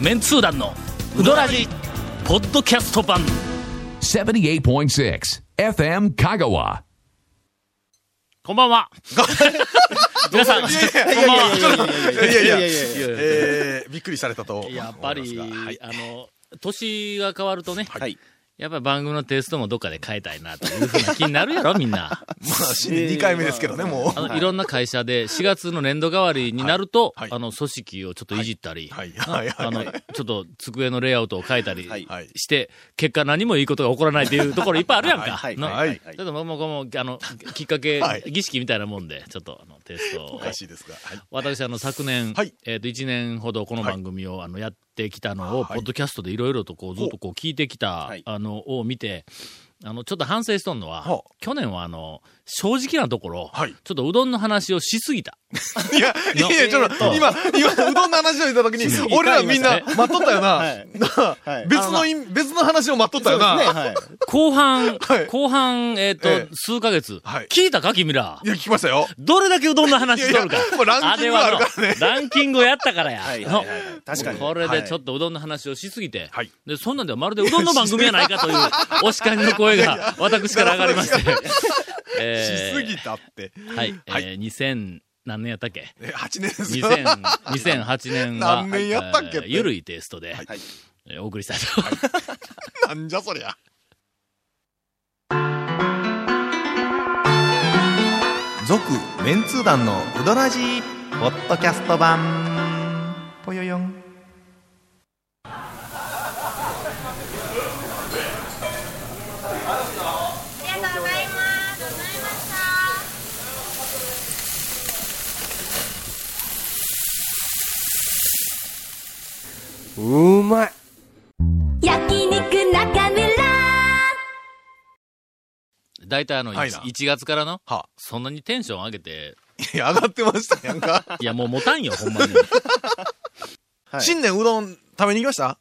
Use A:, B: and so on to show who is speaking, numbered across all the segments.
A: メンツー団のウドラジポッドキャスト版
B: 78.6 FM Kagawa.
A: こんばんは 皆さんこんばんはい
C: やいやいや
D: いやいやいや
C: えーびっくりされたと思い
A: や
C: ま
A: っぱり、
C: すがはい
A: あの年が変わるとね、
D: はい
A: やっぱり番組のテイストもどっかで変えたいなというふうな気になるやろみんな
C: まあ、新年2回目ですけどね、も
A: あの、い、ろんな会社で4月の年度代わりになると、
C: はいは
A: あ
C: い
A: の組織をちょっといじったり、
C: はいはいはい
A: あの
C: はい
A: ちょっと机のレイアウトを変えたり
D: はい
C: はい
A: して、結果何もいいことが起こらないっていうところいっぱいあるやんか
D: はい
A: な
C: はい
A: ちょっともう、もう、もう、あの、きっかけ、
C: はい
A: 儀式みたいなもんで、ちょっと、あの、テスト
C: う、お
A: を。
C: かしいですが。はい
A: 私、あの、昨年、
C: はい
A: えっ、と、1年ほどこの番組を、あの、やってきたのを、
C: はい
A: ポッドキャストでいろいろと、こう、ずっとこう、聞いてきた、
D: はい
A: あの、を見て、あの、ちょっと反省しとんのは、
C: はあ
A: 去年は、あの、正直なところ、
C: はい
A: ちょっとうどんの話をしすぎた。
C: いや、いやいや、ちょっと、今、今、うどんの話を言ったときに
A: そう、
C: 俺らみんな
A: 一回言いま
C: 待っとったよな
D: はい。
C: なあ
D: はい
C: 別のい、別の話を待っとったよ
D: そうです
C: な。
D: ねはい
A: 後半、
C: はい
A: 後半、えっ、と、
C: ええ
A: 数ヶ月、
C: はい
A: 聞いたか、君ら
C: い。や、聞きましたよ。
A: どれだけうどんの話しとるか
C: いやいやもう。ランキングがあるから
A: れは
C: ね
A: のランキングをやったからや。
D: はいはいはいはい確かに
A: これでちょっ
D: と
A: とうどんの話をしすぎて、
C: はい
A: でそんなんではまるでうどんの番組やないかというお叱りの声が私から上がりま して、
C: しすぎ
A: て、
C: たって。
A: はい、え
C: は
A: ー、2000何年やったっけ
C: え、8年ですよ。
A: 2000 2008年は、
C: 何年やったっけって
A: えーゆるいテイストで、
D: い
A: えーお送りしたいと思います。
C: なんじゃそりゃ。
E: 続メンツー団のウドラジポッドキャスト版ぽよよん
F: ありがとうございます。ございました。
D: うまい
G: 焼肉中村
A: 大体あの、
C: はいな
A: 1月からの、
C: はあ
A: そんなにテンション上げて、
C: い や、上がってましたやんか。
A: いやもう持たんよ、ほんまに。
D: はい
C: 新年うどん食べに行きました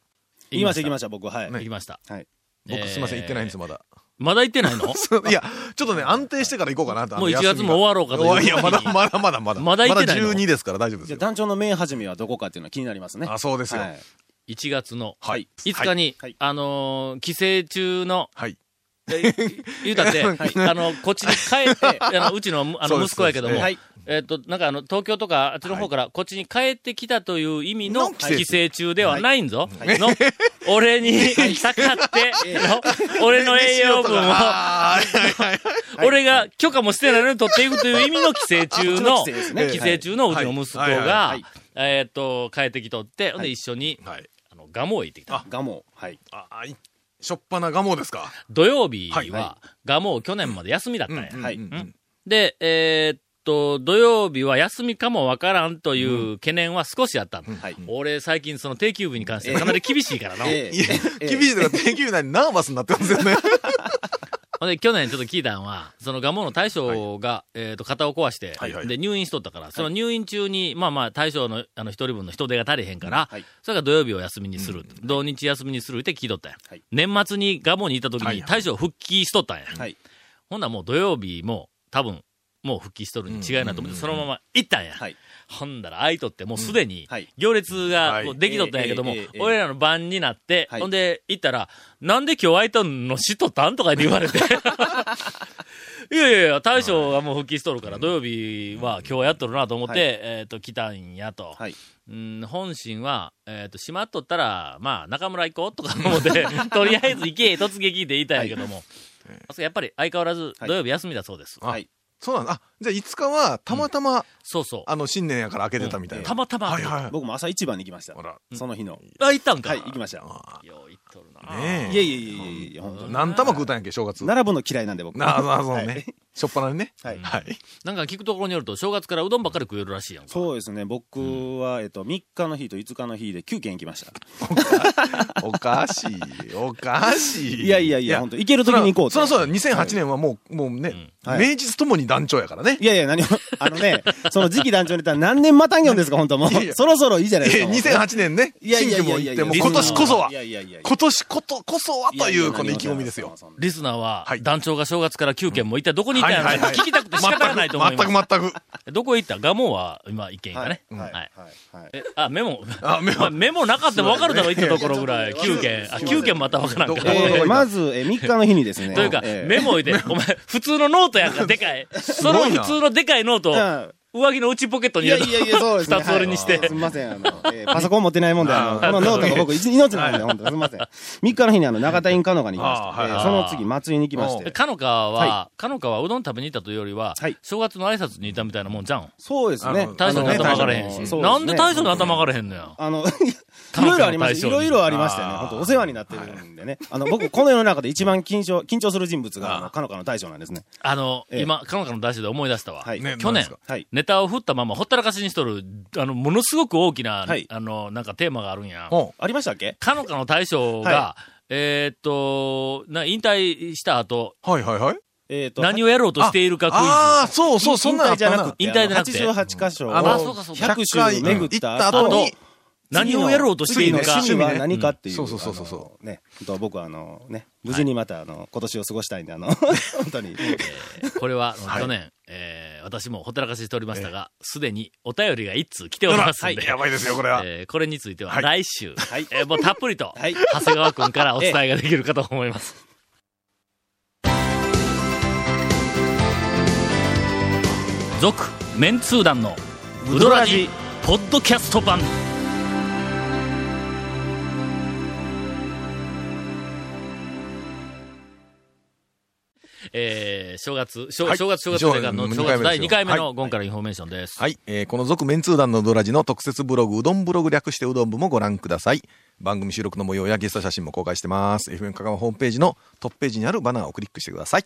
D: 言いました言いま
A: し
D: した僕はい
A: た。行きました。
D: はい
C: 僕、すいません、行ってないんです、
A: よ。
C: まだ。
A: まだ行ってないの
C: いや、ちょっとね、安定してから行こうかなと。
A: もう一月も終わろうかという
C: いや、まだまだまだまだ。
A: まだ行ってないの
C: まだ12ですから大丈夫です
D: じゃあ
C: よ。
D: 団長の名始めはどこかっていうのは気になりますね
C: あ、そうですよ。
D: はい
A: 1月の
C: はい。
A: 5日に、
D: はい
A: あのー帰省中の、
C: はい。
A: 言うたって、あの、こっちに帰って、あのうちのあ
C: そう
A: の
C: です
A: 息子やけども、
C: そうです
D: はい
A: えっ、と、なんかあの、東京とか、あっちの方から、こっちに帰ってきたという意味の
C: の帰省
A: 帰省中ではないんぞ。の、俺に、たかって、の俺の栄養分を、
C: あーはいはいはい
A: 俺が許可もしてないのに取っていくという意味の寄生虫の、
D: あこっちの寄生ですね
A: 寄生虫のうちの息子
C: はいはい
A: が
C: は、
A: えーっと、帰ってきとって、ほんで一緒に、
C: はい。
A: あの、ガモへ行ってきた。
D: ガモはい
C: ああ、いしょっぱなガモですか。
A: 土曜日
C: はい
A: は
C: は、
A: ガモを去年まで休みだったんや。
D: はい
C: うんうん
A: で、えーっと、土曜日は休みかもわからんという懸念は少しあったの。
D: はい
A: 俺、最近、その定休日に関してはかなり厳しいから な。
D: ええ
C: いや
D: ええ
C: 厳しいとか、定休日なにナーバスになってますよね。
A: ほんで、去年ちょっと聞いたんは、そのガモの大将が、えーっと、肩を壊して、
C: はいはい
A: で、入院しとったから、その入院中に、まあまあ、大将の、あの、一人分の人手が足りへんから、
D: はい
A: それが土曜日を休みにする、土日休みにするって聞いとったんや。
D: はい
A: 年末にガモにいた時
C: はい
A: に、
C: はい
A: 大将復帰しとったんや。
D: はい
A: ほんならもう土曜日も、多分、もう復帰しとるに違いないと思って、そのまま行ったんや。
D: はい
A: ほんだら、相とってもうすでに
D: んはい、
A: 行列がこ
C: は
A: う
C: い
A: できとったんやけども
D: えええええ、え
A: 俺らの番になって、
D: はい
A: ほんで、行ったら、なんで今日空いとんのしとったんとか言われ て。 いやいやいや、大将がもう復帰しとるから、土曜日は今日やっとるなと思って、
D: はい
A: えっと、来たんやと。
D: はい
A: うん、本心は、えっ、と、しまっとったら、まあ、中村行こうとか思って、 とりあえず行け、突撃で言いたいんやけども。あそうやっぱり相変わらず
D: はい
A: 土曜日休みだそうです。
C: あ
D: はい
C: そうなんだ。あ、じゃあ5日は、たまたま、
A: そうそう。
C: あの、新年やから開けてたみたいな。
A: たまたま。
C: はいはい。
D: 僕も朝一番に行きました
C: ほら。
D: その日の
A: あ、行ったんか。
D: はい行きました
A: よう行っとるな。
C: ねえ。
D: いやいやいやいやいや本当に
C: 何玉食うたんやっけ、正月。な
D: 並ぶの嫌いなんで僕
C: あ、なるほど
D: は
C: ね
D: い。
C: しょっぱなにね。
D: はい
C: はい。
A: なんか聞くところによると、正月からうどんばっかり食えるらしいやんか。
D: そうですね僕はえっと3日の日と5日の日で9軒行きました
C: おかしい。おかしい。
D: いやいやいや本当行ける時に行こう
C: そりゃ
D: と
C: そうだ、2008年はもう、もうね、
D: はい
C: 名実ともに団長やからね。
D: いやいや、何も、あのね、その次期団長ネタ何年またんぎょんですか、本当もう
C: いやい。や
D: そろそろいいじゃないですか。もう
C: 2008年ね、
D: いやい
C: 新
D: や
C: 居
D: いや
C: も
D: い
C: 行
D: や
C: っ
D: い
C: て、
D: や、
C: もう今年こそはい
D: やいやいやいや
C: 今年ことこそはという、この
D: や
C: 意
D: や
C: 気込みですよ。
D: そんなそんな
A: リスナーは
C: は、い
A: 団長が正月から9軒も一体どこに行たいなのが聞きたくて仕方がないと思います。
C: 全く全く。
A: どこへ行ったガモは今意見がね。
C: はい
A: はい。
D: はい。
A: えあ、メモ。
C: あ、メ
A: ま
C: モ
A: あ、。 メモなかったら分かるだろ、行ったところぐらい。9件。あ、9件また分からん
C: ど
A: か
C: こ。どこ
D: えーまず、えー、3日の日にですね。
A: というか、
D: えー
A: メモ置いて、お前、普通のノートやんか、でかい。その
C: ごい
A: 普
C: な
A: 通のでかいノート
D: う
A: を、
D: ん
A: 上着の内ポケットに
D: い
A: 入
D: や
A: れ
D: いやいや、そうですね。
A: 二つ折りにして
D: はいすみません。あの、えーパソコン持ってないもんで、あの、
C: あ
D: このノートが僕、一命なんで、本当すみません。3日の日に、あの、中田インカノガに行きま
C: あ
D: し
C: ーはい
D: て、え
C: はい
D: ーその次、松井に行きまし
A: た。
D: て。
A: かのかは
D: は、
A: かのかはうどん食べに行ったというよりは
D: はい、
A: 正月の挨拶に行ったみたいなもんじゃん。
D: そうです
C: あ
D: ね
C: の。
A: 大将の頭上がれへん
D: あの
A: し。
D: そうですね
A: なんで大将の頭上がれへんのや。
D: あの、い
A: 彼女の
D: ろいろありまし
A: 対象
D: た。い
A: に
D: ろいろありましたよね。本当お世話になってるんでね。あの、僕、この世の中で一番緊張、緊張する人物が、あの、かのかの大将なんですね。
A: あの、
D: ええ
A: 今、かのかの大将で思い出したわ。
D: はい。
C: ね
A: 去
C: なんで
A: 年
C: すか、
D: はい。
A: ネタを振ったままほったらかしにしとる、あの、ものすごく大きな
D: はい、
A: あの、なんかテーマがあるんや。
C: ほ
D: ありましたっけ
A: かのかの大将が
D: は、
A: えーっと、な、引退した後、
C: うはいはいはい。
D: えっと、
A: 何をやろうとしているかクイズ。
C: ああ、そうそう、そん
D: 引
C: なんあ
D: 退
C: っ
D: じゃ
C: た
D: なく
C: な
D: て、。
A: 引退じゃなくて
D: 88箇所を
C: あ
A: あそうかそうか
D: 100周巡った後、
A: に何をやろうとしてい
D: 次
A: る
D: の
A: のか。
D: 趣味は何かっていう。
C: そうそうそうそうそう
D: あのね、本当僕はあの、ね、無事にまたあの、今年を過ごしたいん で、あの、本当に。
A: これは、去年、えー私もほったらかししておりましたが、すでにお便りが一通来ておりますので、
C: やばいですよ、これは。
A: えーこれについては
C: はい
A: 来週、
D: はい
A: えーもうたっぷりと、
D: はい
A: 長谷川くんからお伝えができるかと思います。続、メンツー団のウドラジポッドキャスト版。えー、正月、正
C: はい
A: 正月、正月、
C: 正月
A: 正月の
C: 二
A: 正月
C: 回目ですよ
A: 第2回目
C: は
A: の
C: い
A: ゴンからインフォメーションです。
E: はい、えーこの続面通談のドラジの特設ブログ、うどんブログ略してうどん部もご覧ください。番組収録の模様やゲスト写真も公開してます。FM 香川ホームページのトップページにあるバナーをクリックしてください。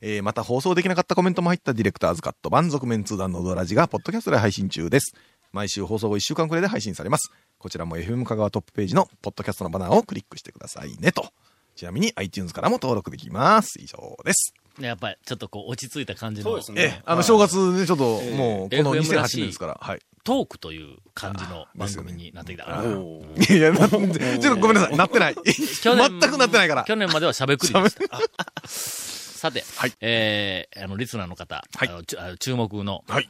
E: えーまた放送できなかったコメントも入ったディレクターズカット版続面通談のドラジがポッドキャストで配信中です。毎週放送後1週間くらいで配信されます。こちらも FM 香川トップページのポッドキャストのバナーをクリックしてくださいねと。ちなみに iTunes からも登録できます。以上です。
A: ねやっぱり、ちょっとこう、落ち着いた感じの。
D: す
C: ええ、あの、正月ね、ちょっと、もう、この
A: FM
C: 2008
A: らしい
C: 年ですから。はい。
A: トークという感じの番組になってきたから、
C: いやいや、なちょっとごめんなさい。なってない。
A: 去
C: 全
A: 年
C: くなってないから。
A: 去年まではしゃべくりでした。さて、
C: はい
A: えー、あの、リスナーの方、
C: はい
A: あのちゅあの注目の
C: はい。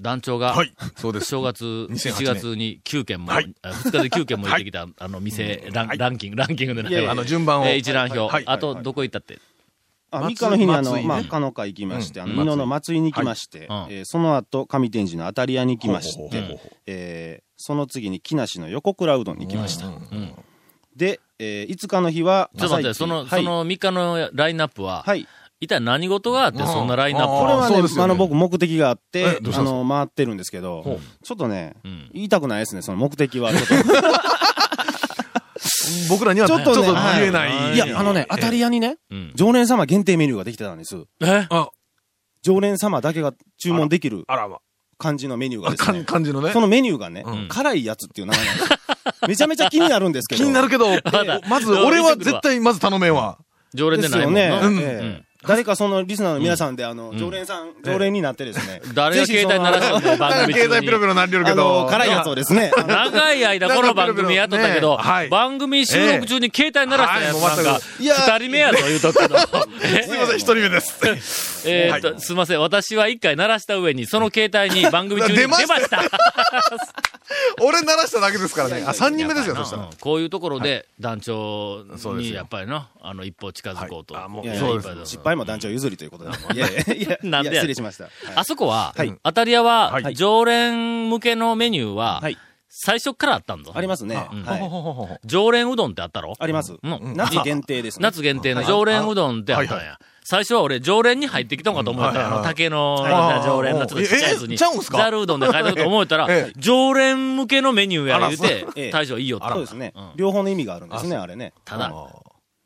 A: 団長が、
C: はい。そうです。
A: 正月、1月に9件も、
C: はい
A: あ2日で9件も行ってきた、あの店、ラン
C: はい
A: ランキング、ランキングでない
D: やい
A: わ
D: や
C: あの、順番を。
A: えー一覧表、
C: はい
A: あと、どこ行ったって、
D: あ
C: 松
D: 3日の日にあ
C: 松
D: の、
C: 井ね
D: まあ、かのか行きまして、
C: う
D: あ
C: ん
D: の、美濃の松井に行きまして、
A: はいうん
D: えーその後、上天神のアタリアに行きまし
C: ほうほうほう
D: て
C: ほう、
D: えーその次に木梨の横倉うどんに行きました。
A: うん
D: で、えー5日の日は、
A: ちょっと待って、
D: 朝
A: そ
D: 一
A: の、
D: はい
A: その3日のラインナップは、
D: はい。
A: 一体何事があって、そんなラインナップ
C: あ
D: これは
C: そ
D: ね
C: うですよね
D: あの、僕、目的があっ
C: え
D: て
C: どうし、たんですか
D: あの、回ってるんですけど、ちょっとね、
A: うん
D: 言いたくないですね、その目的は。ちょっと
C: 僕らにはち
D: ち
C: ょ
D: ょ
C: っ
D: っ
C: と
D: とね
C: 言えない。
D: いや、あのね、アタリアにね、
A: うん
D: 常連様限定メニューができてたんです。
A: え
C: あ、
D: 常連様だけが注文できる
C: あらま。
D: 感じのメニューが
C: あ
D: です
C: かん
D: ね。
C: 感じのね
D: そ。のメニューがね、
A: ん
D: 辛いやつっていう名前なんですよ。めちゃめちゃ気になるんですけど。
C: 気になるけど、まず、俺は絶対まず頼めんわ。
A: 常連
D: で
A: ですない
D: よ
A: もん
D: ね。
A: な
C: う。ん
D: ええ
A: うん
D: 誰かそのリスナーの皆さんで、あの、常連さん、常連になってですね。
A: 誰が携帯鳴らしたんだよ、
C: だか
A: 番
C: ら
A: 組
C: 携
A: 中
C: 帯ピロ
A: に。
C: ピロなりよるけ
D: あの
C: ど。、
D: 辛いやつをですね。あの
A: 長い間、この番組やっとったけど、
C: ねはい
A: 番組収録中に携帯鳴らしたやつなん
C: はいも
A: か
C: う、
A: 二、人目やと言うとったけど、
C: すいません、一人目 です。
A: えーっと、すいません、私は一回鳴らした上に、その携帯に番組中に出ま
C: 出ま
A: し。
C: した俺鳴らしただけですからね。あ、三人目ですよ、
A: やっぱりな
C: そしたら
A: うん。こういうところで、団長
C: そうで
A: に、
C: すよ
A: やっぱりな、あの、一歩近づこうと。
C: はいあもう
A: いやいや
C: そうです
A: いっぱいだ
D: 失敗も団長譲りとい うことで。いやいやいや、
A: なんでや
D: いや失礼しました。はい
A: あそこは、
D: はい
A: アタリアは、
C: はい
A: 常連向けのメニューは、
D: はい
A: 最初からあったんぞ。
D: ありますね。
A: うん
D: はい
C: ほほほほ
A: 常連うどんってあったろ
D: あります
A: う。ん
D: 夏限定ですね。
A: 夏限定の常連うどんってあったん
C: はいは
A: や。最初は俺、常連に入ってきたんかと思ったんや
C: う
A: あ
C: んはいはい
A: の、竹の
C: はい
A: 常連のちょっとちっちゃいやつ
C: え
A: に、
C: ちゃうんすか
A: ざるうどんで書いてると思えたら
C: ええ、
A: 常連向けのメニューや言うて
D: あらそうえ、え
A: 大将いいよって。
D: そうですね
A: ん。
D: 両方の意味があるんですね、あれね。
A: ただ、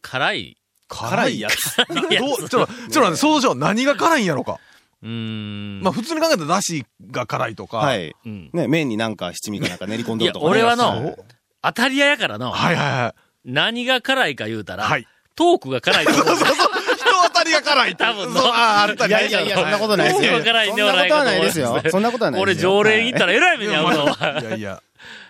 A: 辛い。
C: 辛いやつ。
A: 辛いや
C: どうちょっと、ちょっと待って、想像しよう。何が辛いんやろか。
A: うーん
C: まあ、。普通に考えたら、だしが辛いとか。
D: は
C: はい
D: い。
A: うん
D: ね、麺になんか七味かなんか練り込ん
A: い
D: で
A: や
D: る、とかね。
A: 俺はの
D: い、
A: 当たり屋やからの、
C: はいはい。
A: 何が辛いか言うたら
C: はい、
A: トークが辛いと思う。
C: 人当たりが辛いって。
A: 多分
C: そうああ、あったり
D: やいやいや、そんなことないですよ。
A: わからん
D: そん
A: では
D: な
A: な
D: こ
A: い
D: と
A: かと
D: は
A: 思
D: ないい
A: ま
D: ですす
A: ね
D: よ。そんなことはない
A: これ
D: ですよ。
A: 常連行ったら
D: ら。
A: 偉い目
C: い
A: に遭うのは。
C: やいや。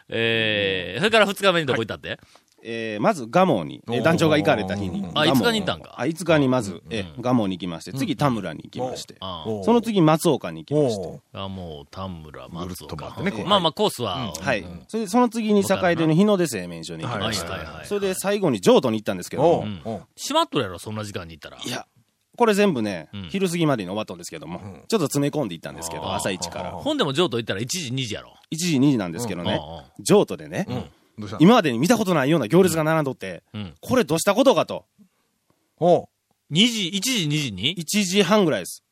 A: えー、それから二日目にどこ行ったって
D: えーまず、ガモに、え
C: お
D: ー
C: ー
D: 団長が行かれた日に。
A: あ
D: 蒲生
A: 5日に行ったんか
D: あ、5日にまず、えーガモに行きまして、次、田村に行きまして、
A: あ
C: おう
D: その次、松岡に行きまして、
C: おう
A: あもう、田村、
C: ぐるっ
A: 松
C: と
A: 岡
C: 回ってね。
A: うんまあまあ、コースは。
D: はい、
A: うん
D: それでその次に坂出の日の出製麺所に行き
A: はい
D: ました、
A: はいはい
D: それで最後に譲渡に行ったんですけど
C: おう
D: も、
A: ん
C: おう
A: 閉まっとるやろ、そんな時間に行ったら。
D: いや、これ全部ね、
A: うん
D: 昼過ぎまでに終わったんですけども、ちょっと詰め込んでいったんですけど、朝一から。
A: 本でも譲渡行ったら1時、2時やろ。
D: 1時、2時なんですけど
A: う
D: ね
A: んうんうん、
D: 譲渡でね、
C: どうした
D: 今までに見たことないような行列が並んどって、
A: うん。
D: これどうしたことかと、
C: おう
A: 2時、1時、2時に
D: 1時半ぐらいです。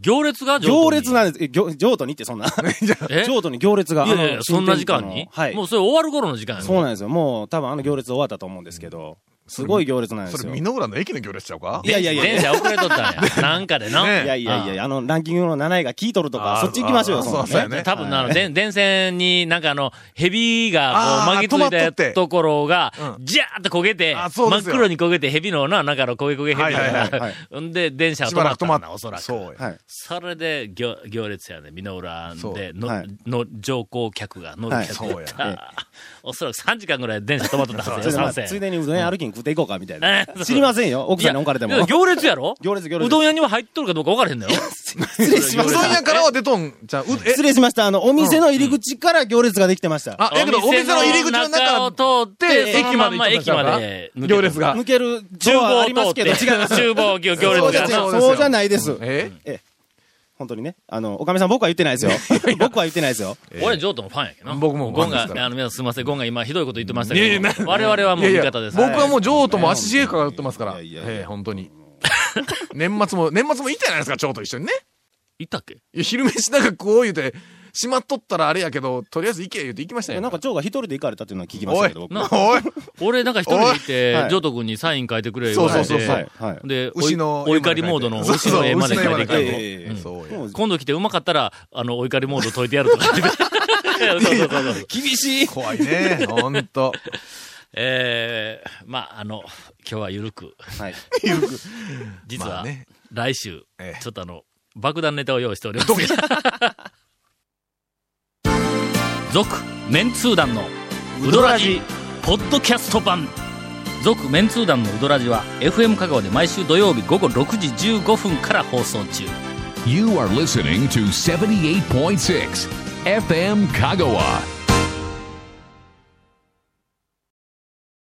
A: 行列が譲渡に
D: 行列なんです。え行譲渡にっ てそんな。
A: え
D: 譲渡に行列が。
A: いやいやい
D: あ
A: や、
D: の
A: そんな時間
D: 新
A: に
D: 店舗のはい
A: もう。それ終わる頃の時間や
D: そう
A: ろ。
D: なんですよ。もう多分あの行列終わったと思うんですけど、すごい行列なんです
C: それ、
D: よ。
C: 美
D: い
C: 濃浦の駅の行列ちゃうか
D: やいやいや。
A: 電車遅れとったんや。なんかでな。
C: ね
D: いやいやいや、あの、ランキングの7位が聞いとると
C: あー、
D: かそっち行きましょ
C: あ
D: うよ、
C: ー
D: そんな
C: そうそうや
D: ね。
C: ね
A: 多分なあの、で電線になんかあの、ヘビがこう
C: あー
A: 巻きつい
C: 止まっとってて
A: ところが
C: う、
A: ジャーって焦げて、
C: あーそう
A: 真
C: で
A: っ
C: すよ
A: 黒に焦げてヘビのな、なんかの焦げ焦げヘビ
C: はいはい
D: は
A: が
D: い
A: な。ん で、電車が
C: し
A: 止
C: ば
A: ま
C: ら
A: っ
C: く止
A: た
C: ま
A: ん
C: っ
A: だ、おそらく。
C: そうや
D: はい。
A: それで行、行列やね、美濃浦で、の、
D: はい
A: の、乗降客が、乗る客
C: はい
A: がいた。おそらく3時間ぐらい電車止まっとったはず
D: そ
A: よ、
D: れでまあ
A: 賛成。
D: ついでにうどん屋歩きに食っていこうか、みたい
A: え
D: な
A: ー。
D: 知りませんよ、奥さんに置かれても
A: いや。行列やろ
D: 行列行列
A: うどん屋には入っとるかどうか分からへんのよ。
D: 失礼しま
C: う
D: し
C: どん
D: た。
C: 屋からは出とんじゃううえ
D: 失礼しました。あの、お店の入り口から行列ができてました。
C: あ、やけどお店の入り口の中
A: を通って、そのまんま駅まで抜けて
C: 行列が。
D: 抜ける
A: 厨
D: ドアありま
A: 房通
D: すけ
A: っ
D: ど、
A: て、
D: 違いま す。
A: 厨房行
C: そう
A: 列
C: で
A: が
C: すよ
A: な。
D: そうじゃないです。
C: え
D: ええ本当にね。あの、おかみさん僕は言ってないですよ。僕は言ってないですよ。
A: 俺、ジョートのファンやけどな。
C: 僕も
A: ゴン
C: ファンですから
A: が、あの、皆さんすみません、ゴンが今、ひどいこと言ってました
C: いやい
A: け
C: やな
A: ど、我々はもう味方です。
C: いやいや僕はもう譲渡も足しげかかってますから。
D: いやいやいや
C: ええ本当に。 年末も、年末もいいじゃないですか、蝶と一緒にね。
A: いったっけ
C: いや昼飯なんか食おう言うて、しまっとったらあれやけど、とりあえず行け言うて行きました
D: え
C: よ。
D: なんか、蝶が一人で行かれたっていうのは聞きましたけど、僕は。
C: おい
A: 俺、なんか一人でいて
D: おいは、い
A: ジョート君にサイン書いてくれ言われて、
C: そうそうそう
D: はい。はい。
A: で、
C: 牛の
A: おいお怒りモードの
C: そう
A: 牛
C: そう
A: の絵まで描いてく
C: 牛の
A: れ
C: 絵まで描いて
A: て。
D: ええ
C: そうや。
D: もう
A: 今度来てうまかったら、あの、お怒りモード解いてやると か言って。そうそうそうそう。
C: 厳しい。怖いね。ほんと。
A: えー、まあ、あの、今日はゆるく、
D: はい。
A: 実は、
C: まあね
A: 来週、
C: ええ
A: ちょっとあの、爆弾ネタを用意しております。 続、メンツー団の、ウドラジ、ポッドキャスト版。続、メンツー団のウドラジは、FM 香川で毎週土曜日午後6時15分から放送中。
B: You are listening to 78.6 FM Kagawa.